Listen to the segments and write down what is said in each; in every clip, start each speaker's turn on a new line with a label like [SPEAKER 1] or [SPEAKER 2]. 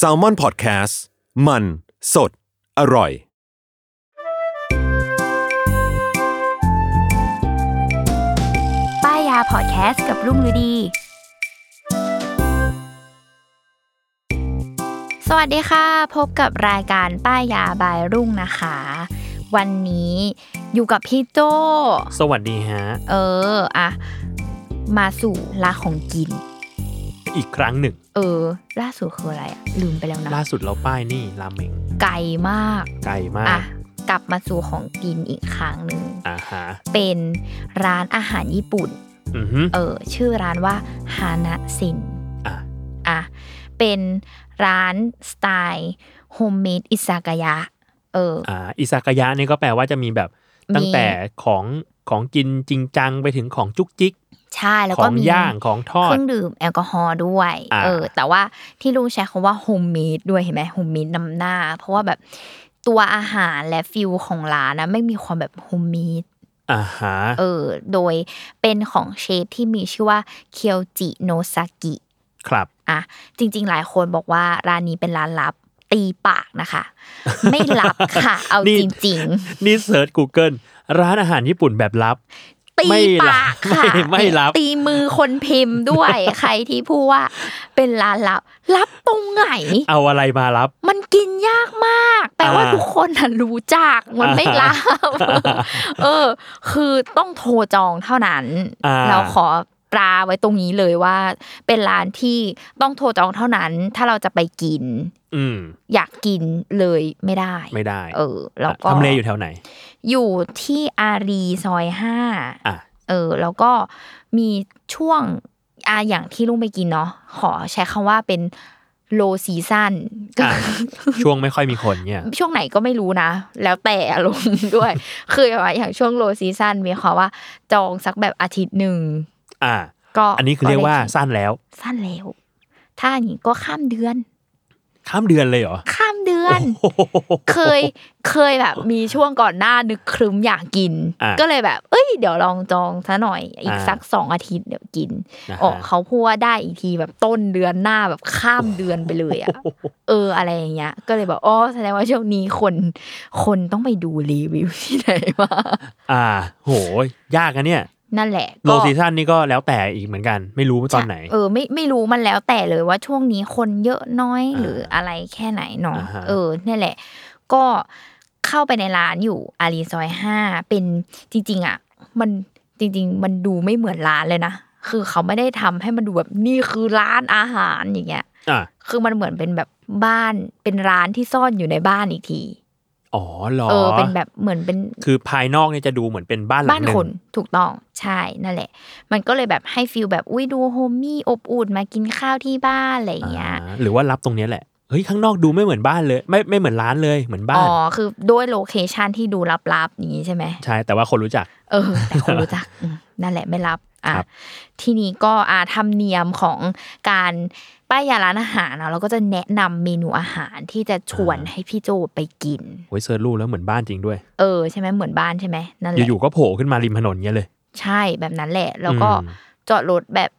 [SPEAKER 1] s a l m o n PODCAST มันสดอร่อย
[SPEAKER 2] ป้ายยาพอดแคสต์กับรุ่งฤดี สวัสดีค่ะ พบกับรายการป้ายยาบายรุ่งนะคะ วันนี้อยู่กับพี่โจ
[SPEAKER 3] สวัสดีฮะ
[SPEAKER 2] เอออะมาสู่ลาของกิน
[SPEAKER 3] อีกครั้งหนึ่ง
[SPEAKER 2] เออ ล่าสุดคืออะไรอะลืมไปแล้วนะ
[SPEAKER 3] ล่าสุดเราป้ายนี่ราเมง
[SPEAKER 2] ไกลมาก
[SPEAKER 3] ไกลมาก
[SPEAKER 2] อะกลับมาสู่ของกินอีกครั้งหนึ่ง
[SPEAKER 3] อ่าฮะ
[SPEAKER 2] เป็นร้านอาหารญี่ปุ่น
[SPEAKER 3] อือฮึ
[SPEAKER 2] เออ ชื่อร้านว่าฮานะซิน
[SPEAKER 3] อ่ะ
[SPEAKER 2] อ่ะเป็นร้านสไตล์โฮมเมดอิซากายะ เออ
[SPEAKER 3] อ่าอิซากายะนี่ก็แปลว่าจะมีแบบตั้งแต่ของของกินจริงจังไปถึงของจุกจิก
[SPEAKER 2] ใช่แล้ว
[SPEAKER 3] ข
[SPEAKER 2] ก็
[SPEAKER 3] อง
[SPEAKER 2] มี
[SPEAKER 3] ย่างของทอ
[SPEAKER 2] เค
[SPEAKER 3] ด
[SPEAKER 2] รื่องดื่มแอลกอฮอล์ด้วย
[SPEAKER 3] อ่า
[SPEAKER 2] เออ แต่ว่าที่ลุงใช้คำว่าโฮมเมดด้วยเห็นไหมโฮมเมดนำหน้า เพราะว่าแบบตัวอาหารและฟิลของร้านนะไม่มีความแบบโฮมเมด
[SPEAKER 3] อ่าฮะ
[SPEAKER 2] เออ โดยเป็นของเชฟที่มีชื่อว่าเคียวจิโนซากิ
[SPEAKER 3] ครับ
[SPEAKER 2] อ่ะจริง ๆ หลายคนบอกว่าร้านนี้เป็นร้านลับตีปากนะคะ ไม่ลับ ค่ะ เอา
[SPEAKER 3] นี่
[SPEAKER 2] จริง
[SPEAKER 3] นี่เซิร์ช Google ร้านอาหารญี่ปุ่นแบบ ลับ
[SPEAKER 2] ๆ ตี
[SPEAKER 3] ไม่ลั
[SPEAKER 2] ปา
[SPEAKER 3] บ
[SPEAKER 2] กค่ะ
[SPEAKER 3] ไม่ไม่ลับ
[SPEAKER 2] ตีมือคนพิมพ์ด้วย ใครที่พูดว่าเป็นร้านลับลับตรงไหน
[SPEAKER 3] เอาอะไรมารับ
[SPEAKER 2] มันกินยากมาก แปลว่า
[SPEAKER 3] อ่า
[SPEAKER 2] ทุกคนน่ะรู้จักมันไม่ลับ เออ คือต้องโทรจองเท่านั้น
[SPEAKER 3] อ่า
[SPEAKER 2] เราขอตราไว้ตรงนี้เลยว่า เป็นร้านที่ต้องโทรจองเท่านั้น ถ้าเราจะไปกิน
[SPEAKER 3] อืม
[SPEAKER 2] อยากกินเลยไม่ได้
[SPEAKER 3] ไม่ได้
[SPEAKER 2] เออแล้วก็
[SPEAKER 3] ทำเลอยู่แถวไหน
[SPEAKER 2] อยู่ที่อารีซอยห้า
[SPEAKER 3] อ่ะ
[SPEAKER 2] เออ แล้วก็มีช่วงอาอย่างที่ลุงไปกินเนาะขอใช้คำว่าเป็นโลซีซันก็
[SPEAKER 3] อ่ะช่วงไม่ค่อยมีคนเนี่ย
[SPEAKER 2] ช่วงไหนก็ไม่รู้นะ แล้วแต่อารมณ์ ด้วย คือแบบว่าอย่างช่วงโลซีซันมีความว่าจองสักแบบอาทิตย์หนึ่ง
[SPEAKER 3] อ่ะ
[SPEAKER 2] ก็
[SPEAKER 3] อันนี้คือเรียกว่า
[SPEAKER 2] ได้กิน
[SPEAKER 3] สั้นแล้ว
[SPEAKER 2] สั้นแล้วถ้าอย่างนี้ก็ข้ามเดือน
[SPEAKER 3] ข้ามเดือนเลยเหรอ
[SPEAKER 2] ข้ามเดือน
[SPEAKER 3] โอ้โห
[SPEAKER 2] เคยเคยแบบมีช่วงก่อนหน้านึกครึ้มอยากกิน
[SPEAKER 3] อ่ะ
[SPEAKER 2] ก็เลยแบบ เอ้ยเดี๋ยวลองจองซะหน่อย อีก
[SPEAKER 3] อ่า
[SPEAKER 2] สักสองอาทิตย์เดี๋ยวกิน
[SPEAKER 3] นะ
[SPEAKER 2] อ๋อ
[SPEAKER 3] ฮะ
[SPEAKER 2] เขาพูดว่าได้อีกทีแบบต้นเดือนหน้าแบบข้ามเดือนไปเลยอ่ะเอออะไรอย่างเงี้ย ก็เลยแบบอ๋อแสดงว่าช่วงนี้คน คนต้องไปดูรีวิวที่ไหนมา
[SPEAKER 3] อ่า โห ยากอะเนี่ย
[SPEAKER 2] นั่นแหละ
[SPEAKER 3] โล
[SPEAKER 2] ก็
[SPEAKER 3] ซีซั่นนี่ก็แล้วแต่อีกเหมือนกัน ไม่รู้ว่าตอนไหน
[SPEAKER 2] เออไม่ไม่รู้มันแล้วแต่เลยว่าช่วงนี้คนเยอะน้อย
[SPEAKER 3] อ่า
[SPEAKER 2] หรืออะไรแค่ไหนเนาะ
[SPEAKER 3] อ่าฮะ
[SPEAKER 2] เออนี่นแหละ ก็เข้าไปในร้านอยู่อารีซอยห้าเป็นจริง ๆ อ่ะ มันจริง ๆ มันดูไม่เหมือนร้านเลยนะ คือเขาไม่ได้ทำให้มันดูแบบนี่คือร้านอาหารอย่างเงี้ย
[SPEAKER 3] อ่ะ
[SPEAKER 2] คือมันเหมือนเป็นแบบบ้านเป็นร้านที่ซ่อนอยู่ในบ้านอีกที
[SPEAKER 3] อ๋อเหรอ
[SPEAKER 2] เออ เป็นแบบเหมือนเป็น
[SPEAKER 3] คือภายนอกเนี่ยจะดูเหมือนเป็นบ้านหลั
[SPEAKER 2] บ้าง น
[SPEAKER 3] หนึ่
[SPEAKER 2] ค
[SPEAKER 3] ง
[SPEAKER 2] นถูกต้องใช่นั่นแหละ มันก็เลยแบบให้ฟิลแบบอุ้ยดูโฮมมี่อบอุ่นมากินข้าวที่บ้านอะไรอย่างเงี้ย
[SPEAKER 3] อ่าหรือว่ารับตรงเนี้ยแหละ เฮ้ย ข้างนอกดูไม่เหมือนบ้านเลย ไม่ไม่เหมือนร้านเลย เหมือนบ้า
[SPEAKER 2] อ๋
[SPEAKER 3] น
[SPEAKER 2] อ คือด้วยโลเคชันที่ดูลับๆอย่างนี้ใช่ไหม
[SPEAKER 3] ใช่ แต่ว่าคนรู้จัก
[SPEAKER 2] เออ แต่คนรู้จั กอืมนั่นแหละไม่รับ อ่ะ
[SPEAKER 3] ครับ
[SPEAKER 2] ทีนี้ก็อาธรรมเนียมของการป้ายยาร้านอาหารเนาะเราก็จะแนะนำเมนูอาหารที่จะชวน
[SPEAKER 3] อ่า
[SPEAKER 2] ให้พี่โจไปกิน
[SPEAKER 3] โอ้ยเซิร์ชรูปแล้วเหมือนบ้านจริงด้วย
[SPEAKER 2] เออใช่ไหมเหมือนบ้านใช่ไหมนั่นแหละ
[SPEAKER 3] อยู่ๆก็โผล่ขึ้นมาริมถนนเงี้ยเลย
[SPEAKER 2] ใช่แบบนั้นแหละ แล้วก็
[SPEAKER 3] อืม
[SPEAKER 2] จอดรถแบบ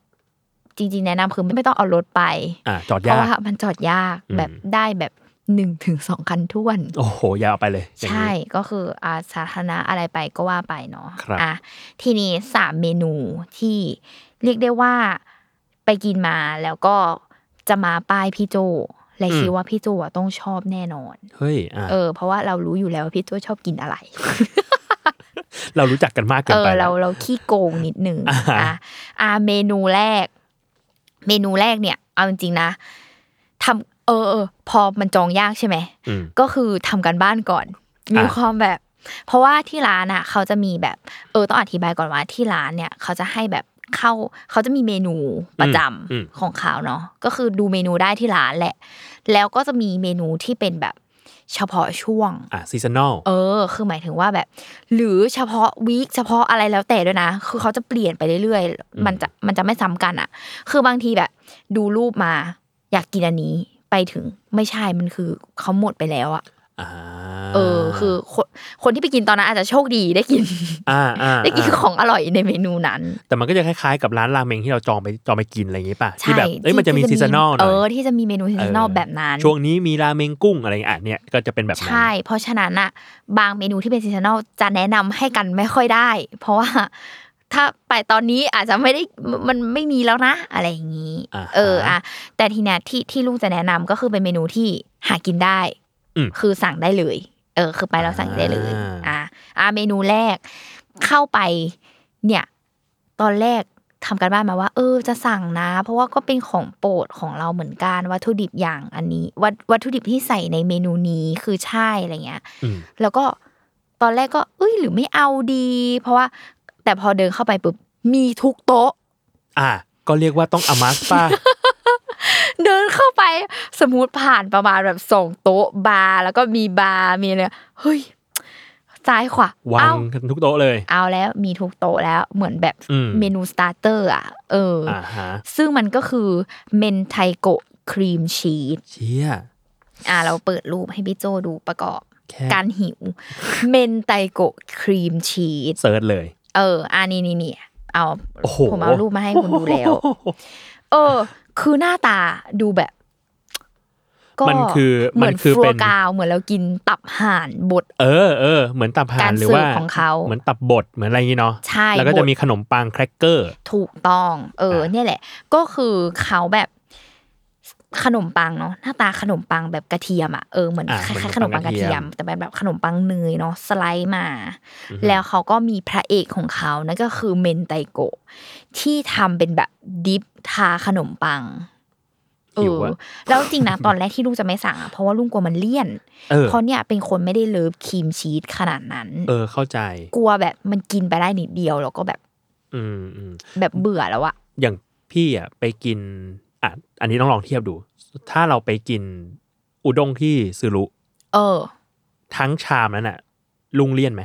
[SPEAKER 2] จริงๆแนะนำคือไม่ต้องเอารถไป
[SPEAKER 3] อ่ะจอด
[SPEAKER 2] เพ
[SPEAKER 3] ยา
[SPEAKER 2] ราะ
[SPEAKER 3] ก
[SPEAKER 2] ว่ามันจอดยาก
[SPEAKER 3] อืม
[SPEAKER 2] แบบได้แบบหนึ่งถึงสองคันท่วน
[SPEAKER 3] โอ้โห ยาวไปเลยอย่าง
[SPEAKER 2] ใช่
[SPEAKER 3] นี้
[SPEAKER 2] ก็คืออาสาธารณะอะไรไปก็ว่าไปเนาะ
[SPEAKER 3] ครับ
[SPEAKER 2] อ่ะทีนี้สามเมนูที่เรียกได้ว่าไปกินมาแล้วก็จะมาป้ายพี่โจและคิดว่าพี่โจอะต้องชอบแน่นอน
[SPEAKER 3] เฮ้ย อ่ะ
[SPEAKER 2] เออ เพราะว่าเรารู้อยู่แล้วว่าพี่โจชอบกินอะไร
[SPEAKER 3] เรารู้จักกันมากเกิ
[SPEAKER 2] เอน อ
[SPEAKER 3] ไป
[SPEAKER 2] เรา
[SPEAKER 3] แล้ว
[SPEAKER 2] เราขี้โกงนิดนึง
[SPEAKER 3] อ่าฮะ
[SPEAKER 2] อ่ะอ่ะเมนูแรก เมนูแรกเนี่ย เอาจริงๆนะทำเออเออ พอมันจองยากใช่ไหม
[SPEAKER 3] อืม
[SPEAKER 2] ก็คือทำกันบ้านก่อน
[SPEAKER 3] อ่ะ
[SPEAKER 2] มีความแบบ เพราะว่าที่ร้านอ่ะ เขาจะมีแบบ เออต้องอธิบายก่อนว่าที่ร้านเนี่ย เขาจะให้แบบ เข้าเขาจะมีเมนูประจำ
[SPEAKER 3] อืม
[SPEAKER 2] ของเขาเนาะก็คือดูเมนูได้ที่ร้านแหละ แล้วก็จะมีเมนูที่เป็นแบบเฉพาะช่วง
[SPEAKER 3] อ่ะซีซันอล
[SPEAKER 2] เออ คือหมายถึงว่าแบบ หรือเฉพาะวีคเฉพาะอะไรแล้วแต่ด้วยนะ คือเขาจะเปลี่ยนไปเรื่อยๆ มันจะมันจะไม่ซ้ำกันอ่ะ คือบางทีแบบ ดูรูปมาอยากกินอันนี้ไปถึงไม่ใช่มันคือเขาหมดไปแล้วอ่ะ
[SPEAKER 3] อ่า
[SPEAKER 2] เออ คือคนคนที่ไปกินตอนนั้นอาจจะโชคดีได้กิน
[SPEAKER 3] อ่าอ่า
[SPEAKER 2] ได้กิน
[SPEAKER 3] อ่า
[SPEAKER 2] ของอร่อยในเมนูนั้น
[SPEAKER 3] แต่มันก็จะคล้ายๆกับร้านราเมงที่เราจองไปจองไปกินอะไรอย่างงี้ป่ะที่
[SPEAKER 2] ใช่
[SPEAKER 3] แบบเอ้ยมันจะมี
[SPEAKER 2] ที่
[SPEAKER 3] ซีซันอลห
[SPEAKER 2] เอ
[SPEAKER 3] น่อย
[SPEAKER 2] อ ที่จะมีเมนูซีซันอล
[SPEAKER 3] เออ
[SPEAKER 2] แบบนั้น
[SPEAKER 3] ช่วงนี้มีราเมงกุ้งอะไรอย่างเงี้ยอ่ะเนี่ยก็จะเป็นแบบนั้น
[SPEAKER 2] ใช่ เพราะฉะนั้นอะบางเมนูที่เป็นซีซันอลจะแนะนำให้กันไม่ค่อยได้ เพราะว่า ถ้าไปตอนนี้อาจจะไม่ได้มมันไม่มีแล้วนะ อะไรอย่างนี้
[SPEAKER 3] าฮ
[SPEAKER 2] เอออะแต่ทีเนี้ยที่ที่ลูกจะแนะนำก็คือเป็นเมนูที่หากินได้
[SPEAKER 3] อืม
[SPEAKER 2] คือสั่งได้เลย เออ คือไปแล้วสั่งได้เลยอ่ะ
[SPEAKER 3] อ่า
[SPEAKER 2] อ่ะเมนูแรกเข้าไป เนี่ย ตอนแรกทำกันบ้านมาว่า เออจะสั่งนะ เพราะว่าก็เป็นของโปรดของเราเหมือนกันวัตถุดิบอย่างอันนี้วัตวัตถุดิบที่ใส่ในเมนูนี้คือใช่อะไรเงี้ย
[SPEAKER 3] อืม
[SPEAKER 2] แล้วก็ตอนแรกก็เอ้ยหรือไม่เอาดี เพราะว่า แต่พอเดินเข้าไปปุ๊บมีทุกโต๊ะ
[SPEAKER 3] อ่า ก็เรียกว่าต้องอามาส ป้า
[SPEAKER 2] เดินเข้าไปสมมติผ่านประมาณแบบสองโต๊ะบาร์แล้วก็มีบาร์มีอะไรเฮ้ยซ้ายขวาว
[SPEAKER 3] า
[SPEAKER 2] เอา
[SPEAKER 3] งกันทุกโต๊ะเลย
[SPEAKER 2] เอาแล้วมีทุกโต๊ะแล้วเหมือนแบบ
[SPEAKER 3] อืม
[SPEAKER 2] เมนูสตาร์เตอร์อ่ะเอออ
[SPEAKER 3] อ่าฮะ
[SPEAKER 2] ซึ่งมันก็คือเมนไทโกะครีมชีส
[SPEAKER 3] เชี่ย
[SPEAKER 2] อ่ะเราเปิดรูปให้พี่โจดูประกอบ
[SPEAKER 3] แค่
[SPEAKER 2] การหิ ว เมนไทโกะครีมชีส
[SPEAKER 3] เซิร์ชเลย
[SPEAKER 2] เอออ่านี่นี่นี่เอา
[SPEAKER 3] โอ้โห
[SPEAKER 2] ผมเอารูปมาให้คุณดูแล้ว เออ คือหน้าตาดูแบบ
[SPEAKER 3] มันคือ
[SPEAKER 2] เหมือน
[SPEAKER 3] มันคือ
[SPEAKER 2] ฟลั
[SPEAKER 3] เป็
[SPEAKER 2] วน กาวเหมือนเรากินตับห่านบด
[SPEAKER 3] เออเออเหมือนตับห่า
[SPEAKER 2] การ
[SPEAKER 3] น
[SPEAKER 2] สืบ
[SPEAKER 3] หรือว่า
[SPEAKER 2] ของเขา
[SPEAKER 3] เหมือนตับบดเหมือนอะไรอย่างงี้เนาะ
[SPEAKER 2] ใช่
[SPEAKER 3] แล้ว
[SPEAKER 2] บ
[SPEAKER 3] ก็จะ
[SPEAKER 2] ด
[SPEAKER 3] มีขนมปังแครกเกอร์
[SPEAKER 2] ถูกต้อง เออ
[SPEAKER 3] อ่ะ
[SPEAKER 2] เนี่ยแหละ ก็คือเขาแบบขนมปังเนาะหน้าตาขนมปังแบบกระเทียมอ่ะเออเหมือนคล้ายๆขนมปังกระเทียม แต่เป็นแบบขนมปังเนยเนาะสไลด์มา แล้วเขาก็มีพระเอกของเขานั่นก็คือเมนไตโกะที่ทำเป็นแบบดิฟทาขนมปังเอ
[SPEAKER 3] หิว
[SPEAKER 2] อ
[SPEAKER 3] อะ
[SPEAKER 2] แล้วจริงนะ ตอนแรกที่ลูกจะไม่สั่งอ่ะเพราะว่าลุงกลัวมันเลี่ยน
[SPEAKER 3] เออ
[SPEAKER 2] เพราะเนี่ยเป็นคนไม่ได้เลิฟครีมชีสขนาดนั้น
[SPEAKER 3] เออเข้าใจ
[SPEAKER 2] กลัวแบบมันกินไปได้นิดเดียวแล้วก็แบบ
[SPEAKER 3] อืมอืม
[SPEAKER 2] แบบเบื่อแล้วอะ
[SPEAKER 3] อย่างพี่อ่ะไปกินอ่ะอันนี้ต้องลองเทียบดู ถ้าเราไปกินอุด้งที่ซูรุ
[SPEAKER 2] เออ
[SPEAKER 3] ทั้งชามนั้นอ่ะ ลุงเลี่ยนไหม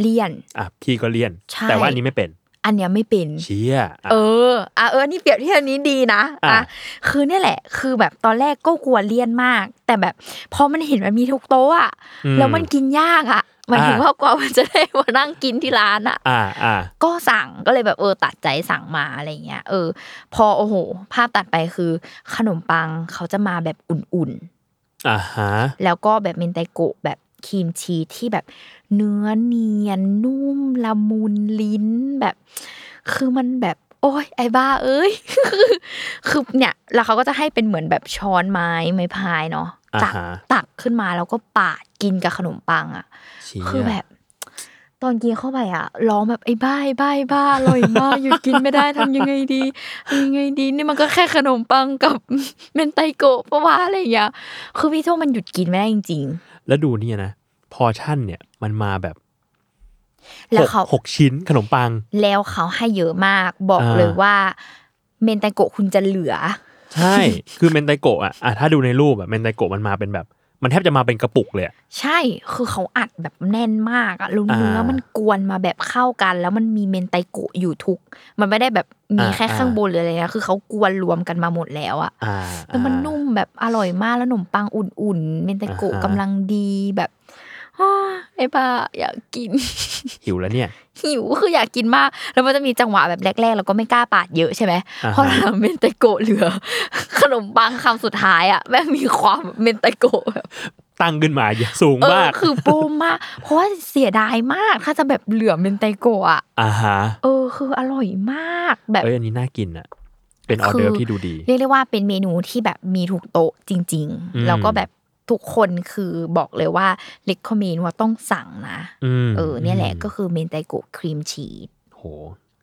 [SPEAKER 2] เลี่ยน
[SPEAKER 3] อ่ะพี่ก็เลี่ยน
[SPEAKER 2] ใช่
[SPEAKER 3] แต่ว่าอันนี้ไม่เป็น
[SPEAKER 2] อันเนี้ยไม่เป็น
[SPEAKER 3] เชี่ยอ่ะ
[SPEAKER 2] เออ อ่ะเออ นี่เปรียบเทียบอันนี้ดีนะ
[SPEAKER 3] อ่ะ
[SPEAKER 2] อ่ะ คือเนี่ยแหละ คือแบบตอนแรกก็กลัวเลี่ยนมาก แต่แบบพอมันเห็นมันมีทุกโต๊ะอะ
[SPEAKER 3] อื
[SPEAKER 2] แล้วมันกินยากอะหมายถึงว่ากว่ามันจะได้มานั่งกินที่ร้านอะ
[SPEAKER 3] อ่าอ่า
[SPEAKER 2] ก็สั่ง ก็เลยแบบเออตัดใจสั่งมาอะไรเงี้ย เออ พอโอ้โห ภาพตัดไปคือขนมปังเขาจะมาแบบอุ่น
[SPEAKER 3] อ่าฮะ
[SPEAKER 2] ๆ แล้วก็แบบเมนไตโกะแบบครีมชีสที่แบบเนื้อเนียนนุ่มละมุนลิ้นแบบ คือมันแบบ โอ้ยไอ้บ้าเอ้ย คือคือเนี่ยแล้วเขาก็จะให้เป็นเหมือนแบบช้อนไม้ไม้พายเนาะ
[SPEAKER 3] อ่า
[SPEAKER 2] ตัก
[SPEAKER 3] ฮะ
[SPEAKER 2] ตักขึ้นมาแล้วก็ปาดกินกับขนมปังอ่ะ
[SPEAKER 3] เชี่ย
[SPEAKER 2] คือแบบ ตอนกินเข้าไปอ่ะร้องแบบไอ้บ้าไอ้บ้าไอ้บ้าอร่อยมากหยุดกินไม่ได้ทำยังไงดีทำยังไงดี นี่มันก็แค่ขนมปังกับ เมนไตโกะปะวะอะไรอย่างเงี้ยคือพี่โทมันหยุดกินไม่ได้จริง
[SPEAKER 3] แล้วดูเนี่ยนะพอชั่นเนี่ยมันมาแบบ
[SPEAKER 2] ๆ แล้
[SPEAKER 3] ห
[SPEAKER 2] ว
[SPEAKER 3] ก
[SPEAKER 2] เขา
[SPEAKER 3] หกชิ้นขนมปัง
[SPEAKER 2] แล้วเขาให้เยอะมากบอก
[SPEAKER 3] อ่า
[SPEAKER 2] เลยว่า เมนไตโกะคุณจะเหลือ
[SPEAKER 3] ใช่ คือเมนไตโกะอะอ่ะถ้าดูในรูปอะเมนไตโกะมันมาเป็นแบบ มันแทบจะมาเป็นกระปุกเลยอะ
[SPEAKER 2] ใช่ คือเขาอัดแบบแน่นมากอะแล้ว
[SPEAKER 3] อ่า
[SPEAKER 2] เนื้อมันกวนมาแบบเข้ากัน แล้วมันมีเมนไตโกะอยู่ทุก มันไม่ได้แบบมี
[SPEAKER 3] อ่า
[SPEAKER 2] แค่ข้าง
[SPEAKER 3] อ่า
[SPEAKER 2] บนหรืออะไรนะคือเขากวนรวมกันมาหมดแล้วอะ
[SPEAKER 3] อ่า
[SPEAKER 2] แล้วมัน
[SPEAKER 3] อ่า
[SPEAKER 2] นุ่มแบบอร่อยมากแล้วขนมปังอุ่นๆ เมนไตโกะ
[SPEAKER 3] อ่าฮะ
[SPEAKER 2] กำลังดีแบบ อ้าไอ้ป้าอยากกิน
[SPEAKER 3] หิวแล้วเนี่ย
[SPEAKER 2] หิวคืออยากกินมาก แล้วมันจะมีจังหวะแบบแรกๆเราก็ไม่กล้าปาดเยอะใช่ไหม
[SPEAKER 3] อ่าฮะ
[SPEAKER 2] เพราะเราเมนไตโกะเหลือ ขนมปังคำสุดท้ายอะ แม่งมีความเมนไตโกะ แบบ
[SPEAKER 3] ตั้งขึ้นมาอย่าสูงมาก
[SPEAKER 2] เออคือโปรมาก เพราะว่าเสียดายมาก ถ้าจะแบบเหลือเมนไตโกะอะ
[SPEAKER 3] อ่าฮะ
[SPEAKER 2] เออ คืออร่อยมากแบบ
[SPEAKER 3] เอ้ยอันนี้น่ากินอะเป็นออเดอร์ฟ
[SPEAKER 2] คือ
[SPEAKER 3] ที่ดูดี
[SPEAKER 2] เรียกได้ว่าเป็นเมนูที่แบบมีถูกโต๊ะจริง
[SPEAKER 3] อืม
[SPEAKER 2] ๆ แล้วก็แบบทุกคนคือบอกเลยว่าเล็กคอมเมนว่าต้องสั่งนะ
[SPEAKER 3] ม
[SPEAKER 2] เออ เนี่ยแหละ
[SPEAKER 3] ม
[SPEAKER 2] ก็คือเมนไตโกะครีมชีส
[SPEAKER 3] โห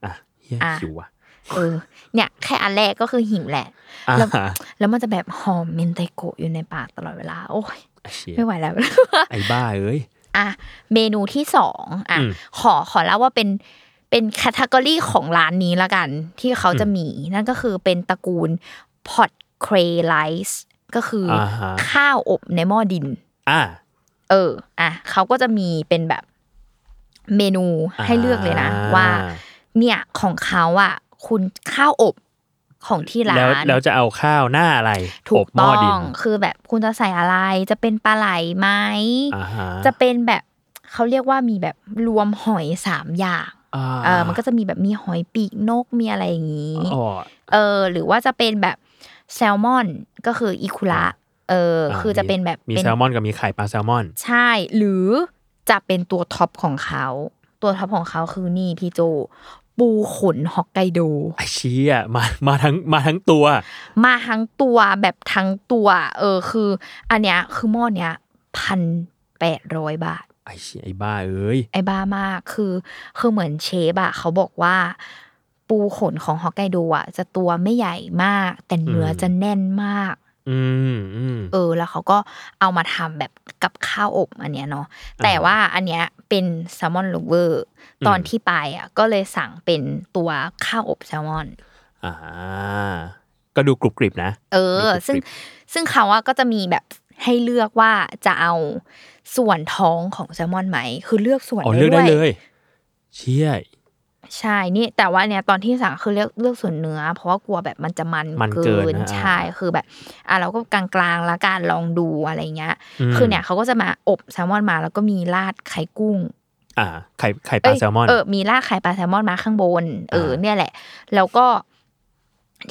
[SPEAKER 3] อ่ะเฮีย
[SPEAKER 2] อ่ะ
[SPEAKER 3] หิวอ่ะ
[SPEAKER 2] เออ เนี่ยแค่อันแรกก็คือหิวแหละ
[SPEAKER 3] อ่า
[SPEAKER 2] แล้ว แล้วมันจะแบบหอมเมนไตโกะอยู่ในปากตลอดเวลา โอ้ย
[SPEAKER 3] เชีย
[SPEAKER 2] ไม่ไหว แล้ว
[SPEAKER 3] ไอ้บ้าเอ้ย
[SPEAKER 2] อ่ะเมนูที่สองอ่ะ
[SPEAKER 3] อืม
[SPEAKER 2] ขอขอเล่าว่าเป็น เป็นแคตตากรีของร้านนี้ละกัน ที่เขาจะมี นั่นก็คือเป็นตระกูลพอ t เครไลซ์ก็คืออา
[SPEAKER 3] ฮะ
[SPEAKER 2] ข้าวอบในหม้อดิน
[SPEAKER 3] อ่า
[SPEAKER 2] เออ อ่ะเขาก็จะมีเป็นแบบเมนูให้เลือกเลยนะ
[SPEAKER 3] อ่า
[SPEAKER 2] ว่า เนี่ยของเขาอ่ะ คุณข้าวอบของที่ร้าน
[SPEAKER 3] แล้วแล้วจะเอาข้าวหน้าอะไร
[SPEAKER 2] ถู
[SPEAKER 3] อก บหม้
[SPEAKER 2] ต้
[SPEAKER 3] อ
[SPEAKER 2] อ
[SPEAKER 3] ดิน
[SPEAKER 2] งคือแบบคุณจะใส่อะไร จะเป็นปลาไหลไหม
[SPEAKER 3] อ่าฮะ
[SPEAKER 2] จะเป็นแบบเขาเรียกว่ามีแบบรวมหอยสามอย่าง
[SPEAKER 3] อ่า
[SPEAKER 2] เออมันก็จะมีแบบมีหอยปีกนกมีอะไรอย่างนี้
[SPEAKER 3] อ๋อ
[SPEAKER 2] เออ หรือว่าจะเป็นแบบแซลมอนก็คืออีคุระเออ
[SPEAKER 3] อ่า
[SPEAKER 2] คือจะเป็นแบบ
[SPEAKER 3] มี
[SPEAKER 2] เป็น
[SPEAKER 3] แซลมอนกับมีไข่ปลาแซลมอน
[SPEAKER 2] ใช่ หรือจะเป็นตัวท็อปของเขาตัวท็อปของเขาคือนี่พี่โจ ปูขนฮอกไกโด
[SPEAKER 3] ไอเชี้อ่ะมามาทั้งมาทั้งตัว
[SPEAKER 2] มาทั้งตัวแบบทั้งตัว เออคือ อันเนี้ยคือหม้อเนี้ยพันแปดร้อยบาท
[SPEAKER 3] ไอเชี้ไอบ้าเอ้ย
[SPEAKER 2] ไอ้บ้ามากคือ คือเหมือนเชฟอะเขาบอกว่า ปูขนของฮอกไกโดอะจะตัวไม่ใหญ่มาก แต่เนื้อจะแน่นมาก
[SPEAKER 3] อืมอืม
[SPEAKER 2] เออ แล้วเขาก็เอามาทำแบบกับข้าวอบอันเนี้ยเนาะแต่ว่าอันเนี้ยเป็นแซลมอนลูเวอร์ตอน
[SPEAKER 3] อืม
[SPEAKER 2] ที่ไปอะก็เลยสั่งเป็นตัวข้าวอบแซลมอน
[SPEAKER 3] อ่า ก็ดูกรุบกริบนะ
[SPEAKER 2] เอ
[SPEAKER 3] มี
[SPEAKER 2] อ
[SPEAKER 3] กรุบกริบ
[SPEAKER 2] ซึ่งซึ่งเขาอะก็จะมีแบบให้เลือกว่าจะเอาส่วนท้องของแซลมอนไหม คือเลือกส่วน
[SPEAKER 3] อ๋อ
[SPEAKER 2] ได้
[SPEAKER 3] เลือกได้เล
[SPEAKER 2] ด้วย
[SPEAKER 3] ย เชี่ย
[SPEAKER 2] ใช่นี่แต่ว่าเนี่ยตอนที่สั่งคือเลือกเลือกส่วนเนื้อ เพราะว่ากลัวแบบมันจะมัน
[SPEAKER 3] มันเกินนะอ่า
[SPEAKER 2] ใช่คือแบบอ่ะเราก็กลางๆละกันลองดูอะไรเงี้ย
[SPEAKER 3] ม
[SPEAKER 2] คือเนี่ยเขาก็จะมาอบแซลมอนมาแล้วก็มีราดไข่กุ้ง
[SPEAKER 3] อ่า ไข่ไข่ปลา
[SPEAKER 2] เย
[SPEAKER 3] แซลมอน
[SPEAKER 2] เออ มีราดไข่ปลาแซลมอนมาข้างบน เออ เนี่ยแหละ แล้วก็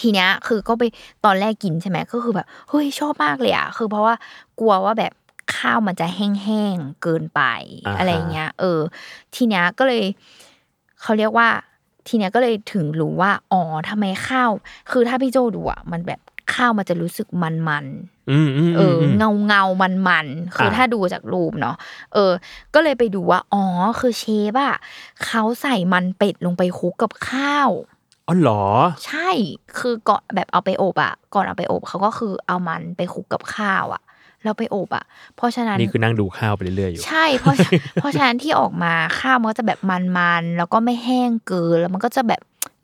[SPEAKER 2] ทีเนี้ย คือก็ไปตอนแรกกินใช่ไหม ก็คือแบบ เฮ้ย ชอบมากเลยอ่ะ คือเพราะว่ากลัวว่าแบบข้าวมันจะแห้งๆ เกินไป
[SPEAKER 3] อ่าฮะ
[SPEAKER 2] อะไรเงี้ย เออ ทีเนี้ยก็เลย เขาเรียกว่า ทีเนี้ยก็เลยถึงรู้ว่า อ๋อทำไมข้าว คือถ้าพี่โจดูอ่ะ มันแบบข้าวมันจะรู้สึกมันๆ
[SPEAKER 3] อืมอืม
[SPEAKER 2] เออ
[SPEAKER 3] ม
[SPEAKER 2] เงาเงามันมันๆคืออา ถ้าดูจากรูปเนาะเออ ก็เลยไปดูว่า อ๋อ คือเชฟอะเขาใส่มันเป็ดลงไปคลุกกับข้าว
[SPEAKER 3] อ๋อเหรอ
[SPEAKER 2] ใช่คือก่อนแบบเอาไปอบอะก่อนเอาไปอบเขาก็คือเอามันไปคลุกกับข้าวอะแล้วไปอบอะเพราะฉะนั้น
[SPEAKER 3] นี่คือ นั่งดูข้าวไปเรื่อยๆอยู่
[SPEAKER 2] ใช่เพราะ เพราะฉะนั้นที่ออกมาข้าวมันก็จะแบบมันๆแล้วก็ไม่แห้งเกินแล้วมันก็จะแบบ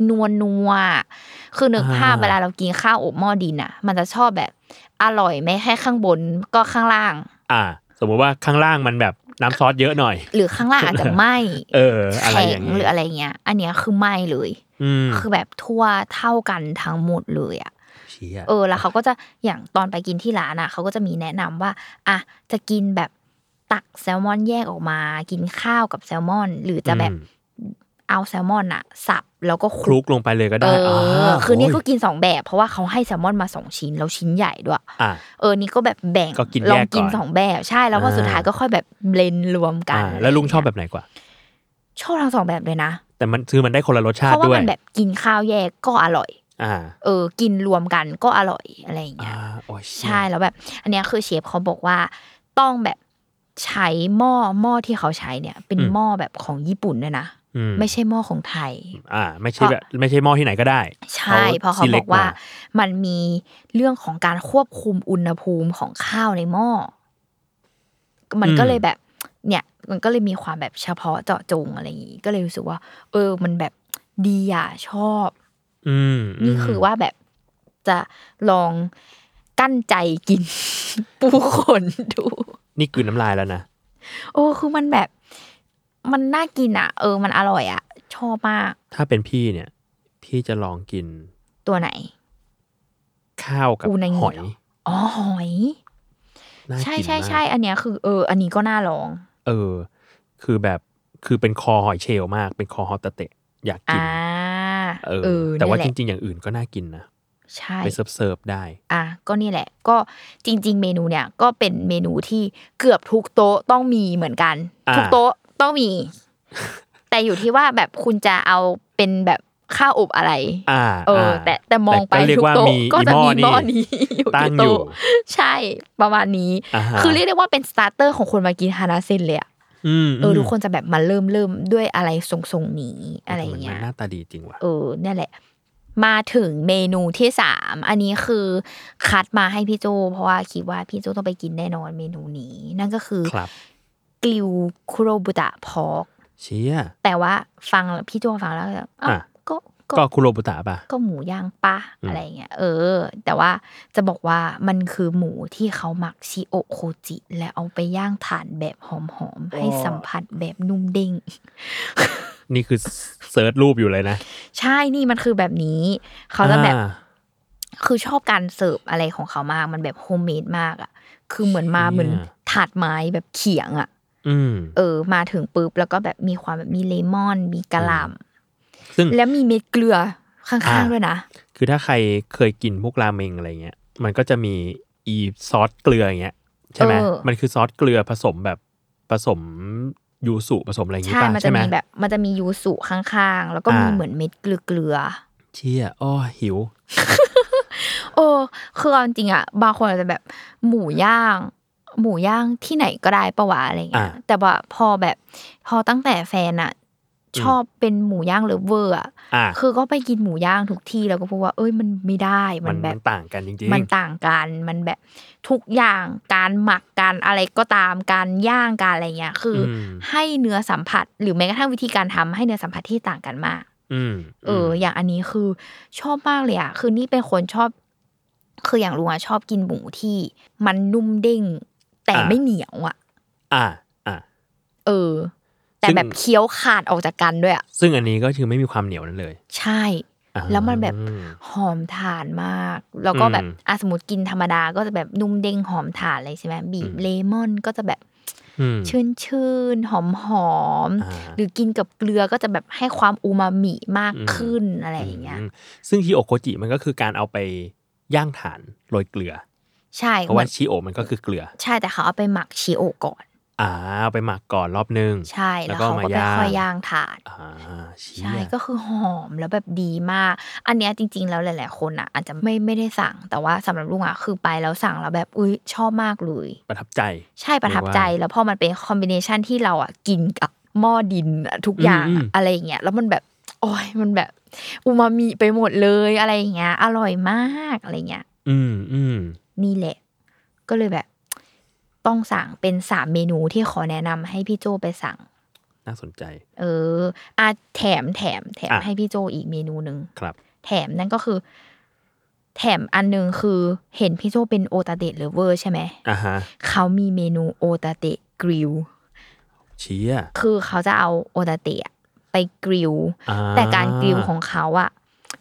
[SPEAKER 2] นวลนัวๆคือหนึ่ง
[SPEAKER 3] อ่า
[SPEAKER 2] ภาพเวลาเรากินข้าวอบหม้อดินอ่ะ มันจะชอบแบบอร่อยไม่แค่ข้างบนก็ข้างล่าง
[SPEAKER 3] อ่า สมมุติว่าข้างล่างมันแบบน้ำซอสเยอะหน่อย
[SPEAKER 2] หรือข้างล่างอาจจะไหม
[SPEAKER 3] เออ อะไร
[SPEAKER 2] แข็
[SPEAKER 3] อง ย่างเงี้
[SPEAKER 2] หรือย อะไรเงี้ย อันเนี้ยคือไหมเลย
[SPEAKER 3] อืม
[SPEAKER 2] คือแบบทั่วเท่ากันทั้งหมดเลยอ่ะ
[SPEAKER 3] เชี่ย
[SPEAKER 2] เออแล้วเขาก็จะอย่างตอนไปกินที่ร้านอ่ะเขาก็จะมีแนะนำว่าอ่ะจะกินแบบตักแซลมอนแยกออกมา กินข้าวกับแซลมอน หรือจะแบบ
[SPEAKER 3] อืม
[SPEAKER 2] เอาแซลมอนอ่ะ สับแล้วก็
[SPEAKER 3] คลุกลงไปเลยก็
[SPEAKER 2] เอ
[SPEAKER 3] ได้า
[SPEAKER 2] อคือนี่ก็
[SPEAKER 3] โย
[SPEAKER 2] กินสองแบบ เพราะว่าเขาให้แซลมอนมาสองชิ้นแล้วชิ้นใหญ่ด้วย
[SPEAKER 3] อ่า
[SPEAKER 2] เออนี่ก็แบบแบ่ง
[SPEAKER 3] ก็กิน
[SPEAKER 2] ล
[SPEAKER 3] แย
[SPEAKER 2] อง
[SPEAKER 3] กก่อน
[SPEAKER 2] กินสองแบบใช่แล้วพออา สุดท้ายก็ค่อยแบบเบลนรวมกัน
[SPEAKER 3] อ่า แล้วลุงชอบแบบไหนกว่า
[SPEAKER 2] ชอบทั้งสองแบบเลยนะ
[SPEAKER 3] แต่มันคือมันได้คนละรสชา
[SPEAKER 2] เพ
[SPEAKER 3] ติ
[SPEAKER 2] ราะว่า
[SPEAKER 3] ด้วย
[SPEAKER 2] มันแบบกินข้าวแยกก็อร่อย
[SPEAKER 3] อ่า
[SPEAKER 2] เออ กินรวมกันก็อร่อยอะไรอย่าง
[SPEAKER 3] อ่า
[SPEAKER 2] เงี้ย
[SPEAKER 3] โอ้ยเชี่ย
[SPEAKER 2] ใช่แล้วแบบ อันเนี้ยคือเชฟเขาบอกว่าต้องแบบใช้หม้อหม้อที่เขาใช้เนี่ย เป็นหม้อแบบของญี่ปุ่นด้วยนะ
[SPEAKER 3] อืม
[SPEAKER 2] ไม่ใช่หม้อของไทย
[SPEAKER 3] อ่า ไม่ใช่แบบไม่ใช่หม้อที่ไหนก็ได้
[SPEAKER 2] ใช่เพราะเขาบอ
[SPEAKER 3] select
[SPEAKER 2] กว่า
[SPEAKER 3] ม
[SPEAKER 2] มันมีเรื่องของการควบคุมอุณหภูมิของข้าวในหม้อมันก็เลยแบบ เนี่ยมันก็เลยมีความแบบเฉพาะเจาะจงอะไรอย่างงี้ก็เลยรู้สึกว่า เออ มันแบบดีอ่ะชอบ
[SPEAKER 3] อืมม
[SPEAKER 2] นี่คือว่าแบบจะลองกั้นใจกิน ปูขนดู
[SPEAKER 3] นี่คือน้ำลายแล้วนะ
[SPEAKER 2] โอ้คือมันแบบมันน่ากินอ่ะ เออ มันอร่อยอ่ะ ชอบมาก
[SPEAKER 3] ถ้าเป็นพี่เนี่ย พี่จะลองกิน
[SPEAKER 2] ตัวไหน
[SPEAKER 3] ข้าวกับ
[SPEAKER 2] อูนางิ
[SPEAKER 3] หอย
[SPEAKER 2] เหรอ อ๋อหอย
[SPEAKER 3] น่า
[SPEAKER 2] ใช่
[SPEAKER 3] กิน
[SPEAKER 2] ใช่
[SPEAKER 3] มาก
[SPEAKER 2] ใช่อันเนี้ยคือเออ อันนี้ก็น่าลอง
[SPEAKER 3] เออ คือแบบคือเป็นคอหอยเชลล์มาก เป็นคอฮอตเตะอยากกิน
[SPEAKER 2] อ่า
[SPEAKER 3] เออ
[SPEAKER 2] เออ
[SPEAKER 3] แต่ว่าจ
[SPEAKER 2] นั่นหละ
[SPEAKER 3] ริง ๆ อย่างอื่นก็น่ากินนะ
[SPEAKER 2] ใช่
[SPEAKER 3] ไปเสิร์ฟเสิร์ฟๆได้
[SPEAKER 2] อ่ะก็นี่แหละ ก็จริง ๆ เมนูเนี่ยก็เป็นเมนูที่เกือบทุกโต๊ะต้องมีเหมือนกัน
[SPEAKER 3] อ่า
[SPEAKER 2] ทุกโต๊ะต้องมี แต่อยู่ที่ว่าแบบคุณจะเอาเป็นแบบข้าวอบอะไร
[SPEAKER 3] อ่า
[SPEAKER 2] เออ
[SPEAKER 3] า
[SPEAKER 2] แต่แต่มองไป
[SPEAKER 3] เรีย
[SPEAKER 2] ทุ
[SPEAKER 3] ก
[SPEAKER 2] ก
[SPEAKER 3] ว่า
[SPEAKER 2] โต๊ะ
[SPEAKER 3] มี
[SPEAKER 2] ก็
[SPEAKER 3] อี
[SPEAKER 2] จะ
[SPEAKER 3] หม้อ
[SPEAKER 2] มีหม้อ
[SPEAKER 3] นี่
[SPEAKER 2] นี้อยู่
[SPEAKER 3] ตั้
[SPEAKER 2] ที่
[SPEAKER 3] งอยู่
[SPEAKER 2] โต๊ะ ใช่ประมาณนี้
[SPEAKER 3] าฮะ
[SPEAKER 2] คือเรียกได้ว่าเป็นสตาร์เตอร์ของคนมากินฮานาเซนเลยอะ
[SPEAKER 3] อืม
[SPEAKER 2] เอออทุกคนจะแบบมาเริ่มเริ่มด้วยอะไรทรงๆนี้อะไรอย่างเงี้
[SPEAKER 3] มั
[SPEAKER 2] ย
[SPEAKER 3] นหน้าตาดีจริงว่ะ
[SPEAKER 2] เออเนี่ยแหละ มาถึงเมนูที่สามอันนี้คือคัดมาให้พี่โจ เพราะว่าคิดว่าพี่โจต้องไปกินแน่นอนเมนูนี้ นั่นก็คือ
[SPEAKER 3] ครับ
[SPEAKER 2] กลิวคุโรบุตะพอก
[SPEAKER 3] เชี่ย
[SPEAKER 2] แต่ว่าฟังพี่โจฟังแล้วก็แบบอ้าว
[SPEAKER 3] อ่ะ
[SPEAKER 2] ก็ก็
[SPEAKER 3] ก็คุโรบุตะป่ะ
[SPEAKER 2] ก็หมูย่างปะ
[SPEAKER 3] อืม
[SPEAKER 2] อะไรเงี้ยเออ แต่ว่าจะบอกว่ามันคือหมูที่เขาหมักชิโอะโคจิ และเอาไปย่างถ่านแบบหอมๆ ให้สัมผัสแบบนุ่มเด้ง
[SPEAKER 3] นี่คือเซิร์ชรูปอยู่เลยนะ
[SPEAKER 2] ใช่นี่มันคือแบบนี้ เขาจะแบบ
[SPEAKER 3] อ่
[SPEAKER 2] คือชอบการเสิร์ฟอะไรของเขามาก มันแบบโฮมเมดมากอ่ะ คือเหมือนมาเหมือนถาดไม้แบบเขียงอ่ะ
[SPEAKER 3] อืม
[SPEAKER 2] เออ มาถึงปุ๊บแล้วก็แบบมีความแบบมีเลมอน มีกะหล่
[SPEAKER 3] ซึ่ง
[SPEAKER 2] ำแล้วมีเม็ดเกลือข้างๆด้วยนะ
[SPEAKER 3] คือถ้าใครเคยกินพวกราเมงอะไรเงี้ย มันก็จะมีอีซอสเกลืออย่างเงี้ยใช่ไหม
[SPEAKER 2] เออ
[SPEAKER 3] มันคือซอสเกลือผสมแบบผสมยูสุผสมอะไรอย่างงี้
[SPEAKER 2] ใช่
[SPEAKER 3] ป่ะ
[SPEAKER 2] มันจะ
[SPEAKER 3] ใช่ไหม
[SPEAKER 2] มีแบบ มันจะมียูสุข้างๆ แล้วก็มี
[SPEAKER 3] อ่า
[SPEAKER 2] เหมือนเม็ดเกลือ
[SPEAKER 3] เชี่ยอ้อหิว
[SPEAKER 2] ๆโอ้คือเอาจริงๆอ่ะ บางคนอาจจะแบบหมูย่าง หมูย่างที่ไหนก็ได้ปะวะอะไรเงี้ย
[SPEAKER 3] อ่า
[SPEAKER 2] แต่ว่าพอแบบ พอตั้งแต่แฟนอ่ะ
[SPEAKER 3] อืม
[SPEAKER 2] ชอบเป็นหมูย่างเลฟเวอร์อ่ะ
[SPEAKER 3] อ่ะ
[SPEAKER 2] คือก็ไปกินหมูย่างทุกที่แล้วก็พูดว่าเอ้ยมันไม่ได้ มั
[SPEAKER 3] มัน
[SPEAKER 2] นแบบ
[SPEAKER 3] มันต่างกันจริงๆ
[SPEAKER 2] มันต่างกัน มันแบบทุกอย่างการหมักการอะไรก็ตามการย่างการอะไรเงี้ย คืออ
[SPEAKER 3] ม
[SPEAKER 2] ให้เนื้อสัมผัส หรือแม้กระทั่งวิธีการทำให้เนื้อสัมผัสที่ต่างกันมาก
[SPEAKER 3] อืม
[SPEAKER 2] เออ อย่างอันนี้คือชอบมากเลยอะคือนี่เป็นคนชอบ คืออย่างลุงอะชอบกินหมูที่ มันนุ่มเด้ง แต่ไม่เหนียวอะ
[SPEAKER 3] อ่ะอ่ะ
[SPEAKER 2] เออ แต่
[SPEAKER 3] ซึ่ง
[SPEAKER 2] แบบเคี้ยวขาดออกจากกันด้วยอะ
[SPEAKER 3] ซึ่งอันนี้ก็คือไม่มีความเหนียวนั่นเลย
[SPEAKER 2] ใช่
[SPEAKER 3] อ่า
[SPEAKER 2] แล้วมันแบบ หอมถ่านมาก แล้วก็แบบ
[SPEAKER 3] อืม
[SPEAKER 2] อ่ะสมมติกินธรรมดาก็จะแบบนุ่มเด้งหอมถ่านเลยใช่ไหมบีบ
[SPEAKER 3] อืม
[SPEAKER 2] เลมอนก็จะแบบ
[SPEAKER 3] อืม
[SPEAKER 2] ชื่นชื่นๆหอมหอมๆ
[SPEAKER 3] อ่า
[SPEAKER 2] หรือกินกับเกลือก็จะแบบให้ความอูมามิมาก
[SPEAKER 3] อืม
[SPEAKER 2] ขึ้นอะไรอย่างเงี้ย
[SPEAKER 3] มซึ่งชิโอะโคจิมันก็คือการเอาไปย่างถ่านโรยเกลือ
[SPEAKER 2] ใช่
[SPEAKER 3] เพราะว่า
[SPEAKER 2] มัน
[SPEAKER 3] ชิโอะมันก็คือเกลือ
[SPEAKER 2] ใช่แต่เขาเอาไปหมักชิโอะก่อน
[SPEAKER 3] อ่าเอาไปหมักก่อนรอบนึง
[SPEAKER 2] ใช่แล้ว
[SPEAKER 3] แล้วก็
[SPEAKER 2] เขาก็ไป
[SPEAKER 3] มาย่าง
[SPEAKER 2] ค่อยย่างถ่าน
[SPEAKER 3] อ่าเชี่ย
[SPEAKER 2] ใช่ก็คือหอมแล้วแบบดีมาก อันเนี้ยจริง ๆ แล้วหลาย ๆ คนอ่ะ อาจจะไม่ไม่ได้สั่ง แต่ว่าสำหรับลุงอ่ะคือไปแล้วสั่งแล้วแบบอุ้ยชอบมากเลย
[SPEAKER 3] ประทับใจ
[SPEAKER 2] ใช่ประทับใจ
[SPEAKER 3] เรียกว่า
[SPEAKER 2] แล้วพอมันเป็นคอมบิเนชันที่เราอ่ะกินกับหม้อดินอะทุกอย่าง
[SPEAKER 3] อืม
[SPEAKER 2] อะ
[SPEAKER 3] อืม
[SPEAKER 2] อะไรอย่างเงี้ยแล้วมันแบบ โอ้ยมันแบบอูมามิไปหมดเลยอะไรอย่างเงี้ย อร่อยมากอะไรเงี้ย
[SPEAKER 3] อืมอืม
[SPEAKER 2] นี่แหละ ก็เลยแบบ ต้องสั่งเป็นสามเมนูที่ขอแนะนำให้พี่โจไปสั่ง
[SPEAKER 3] น่าสนใจ
[SPEAKER 2] เอออาแถมแถมแถม
[SPEAKER 3] อ่ะ
[SPEAKER 2] ให้พี่โจอีกเมนูหนึ่ง
[SPEAKER 3] ครับ
[SPEAKER 2] แถมนั่นก็คือ แถมอันหนึงคือเห็นพี่โจเป็นโอตาเตะเลฟเวอร์ใช่ไหม
[SPEAKER 3] อ่าฮะ
[SPEAKER 2] เขามีเมนูโอตาเตะกริล
[SPEAKER 3] เชี่ย
[SPEAKER 2] คือเขาจะเอาโอตาเตะไปกริล
[SPEAKER 3] อ่
[SPEAKER 2] แต่การกริลของเขาอะ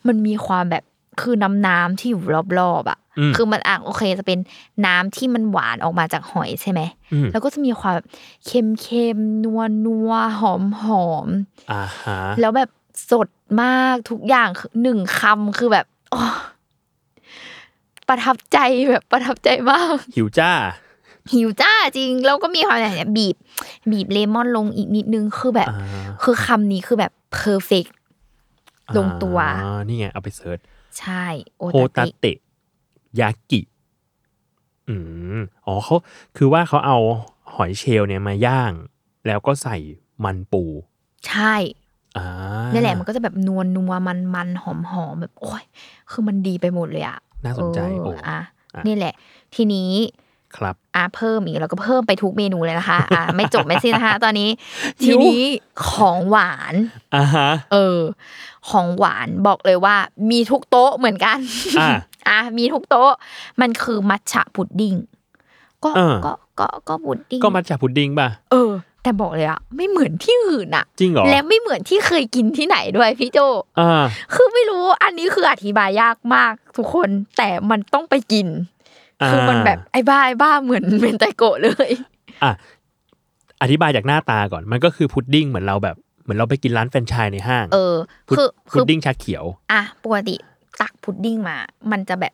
[SPEAKER 2] มันมีความแบบคือน้ำน้ำๆที่อยู่รอบๆอะ
[SPEAKER 3] ม
[SPEAKER 2] คือมันอ่ะโอเคจะเป็นน้ำที่มันหวานออกมาจากหอยใช่ไหม
[SPEAKER 3] ม
[SPEAKER 2] แล้วก็จะมีความแบบเค็มเค็มๆนัวนัวๆหอมหอม
[SPEAKER 3] อ่าฮะ
[SPEAKER 2] ๆแล้วแบบสดมากทุกอย่างคือหนึ่งคำคือแบบอ๋อประทับใจแบบประทับใจมาก
[SPEAKER 3] หิวจ้า
[SPEAKER 2] หิวจ้าจริง แล้วก็มีความแบบเนี่ยบีบ บีบเลมอนลงอีกนิดนึงคือแบบ
[SPEAKER 3] อ่า
[SPEAKER 2] คือคำนี้คือแบบ perfect ลงตัว
[SPEAKER 3] อ่านี่ไง เอาไปเสิร์ช
[SPEAKER 2] ใช่โอ
[SPEAKER 3] โฮตา
[SPEAKER 2] ตาติ
[SPEAKER 3] เตะยากิ อืมอ๋อเขาคือว่าเขาเอาหอยเชลล์เนี่ยมาย่าง แล้วก็ใส่มันปู
[SPEAKER 2] ใช่
[SPEAKER 3] อ่า
[SPEAKER 2] นี่แหละมันก็จะแบบนวลนัวมันมันหอมหอมๆแบบโอ้ยคือมันดีไปหมดเลยอะ
[SPEAKER 3] น่าสนใจ
[SPEAKER 2] เอ
[SPEAKER 3] โอ้
[SPEAKER 2] ออ่ะนี่แหละ ทีนี้
[SPEAKER 3] ครับ
[SPEAKER 2] อ่ะเพิ่มอีกเราก็เพิ่มไปทุกเมนูเลยนะคะอ่ะไม่จบไม่สิ้นนะคะ ตอนนี้ ทีนี้ของหวาน
[SPEAKER 3] อ่าฮะ
[SPEAKER 2] เออ ของหวานบอกเลยว่า มีทุกโต๊ะเหมือนกัน
[SPEAKER 3] อ่ะ
[SPEAKER 2] อ่ะมีทุกโต๊ะ มันคือมัทฉะพุดดิ้งก็
[SPEAKER 3] เออ
[SPEAKER 2] ก็ก็ก็พุดดิ้ง
[SPEAKER 3] ก็มาจากพุดดิ้งป่ะ
[SPEAKER 2] เออ แต่บอกเลยอะไม่เหมือนที่อื่นอะ
[SPEAKER 3] จริงเหรอ
[SPEAKER 2] และไม่เหมือนที่เคยกินที่ไหนด้วยพี่โจ
[SPEAKER 3] อ่า
[SPEAKER 2] คือไม่รู้อันนี้คืออธิบายยากมากทุกคนแต่มันต้องไปกิน
[SPEAKER 3] อ่า
[SPEAKER 2] คือมันแบบไอ้บ้าไอ้บ้าเหมือนเมนไตโกะเลย
[SPEAKER 3] อ่ะอธิบายจากหน้าตาก่อน มันก็คือพุดดิ้งเหมือนเราแบบ เหมือนเราไปกินร้านแฟรนไชส์ในห้าง
[SPEAKER 2] เออ
[SPEAKER 3] พุด
[SPEAKER 2] คือ
[SPEAKER 3] พุ
[SPEAKER 2] คื
[SPEAKER 3] ด
[SPEAKER 2] อ
[SPEAKER 3] ดิ้งชาเขียว
[SPEAKER 2] อ่ะปกติตักพุดดิ้งมา มันจะแบบ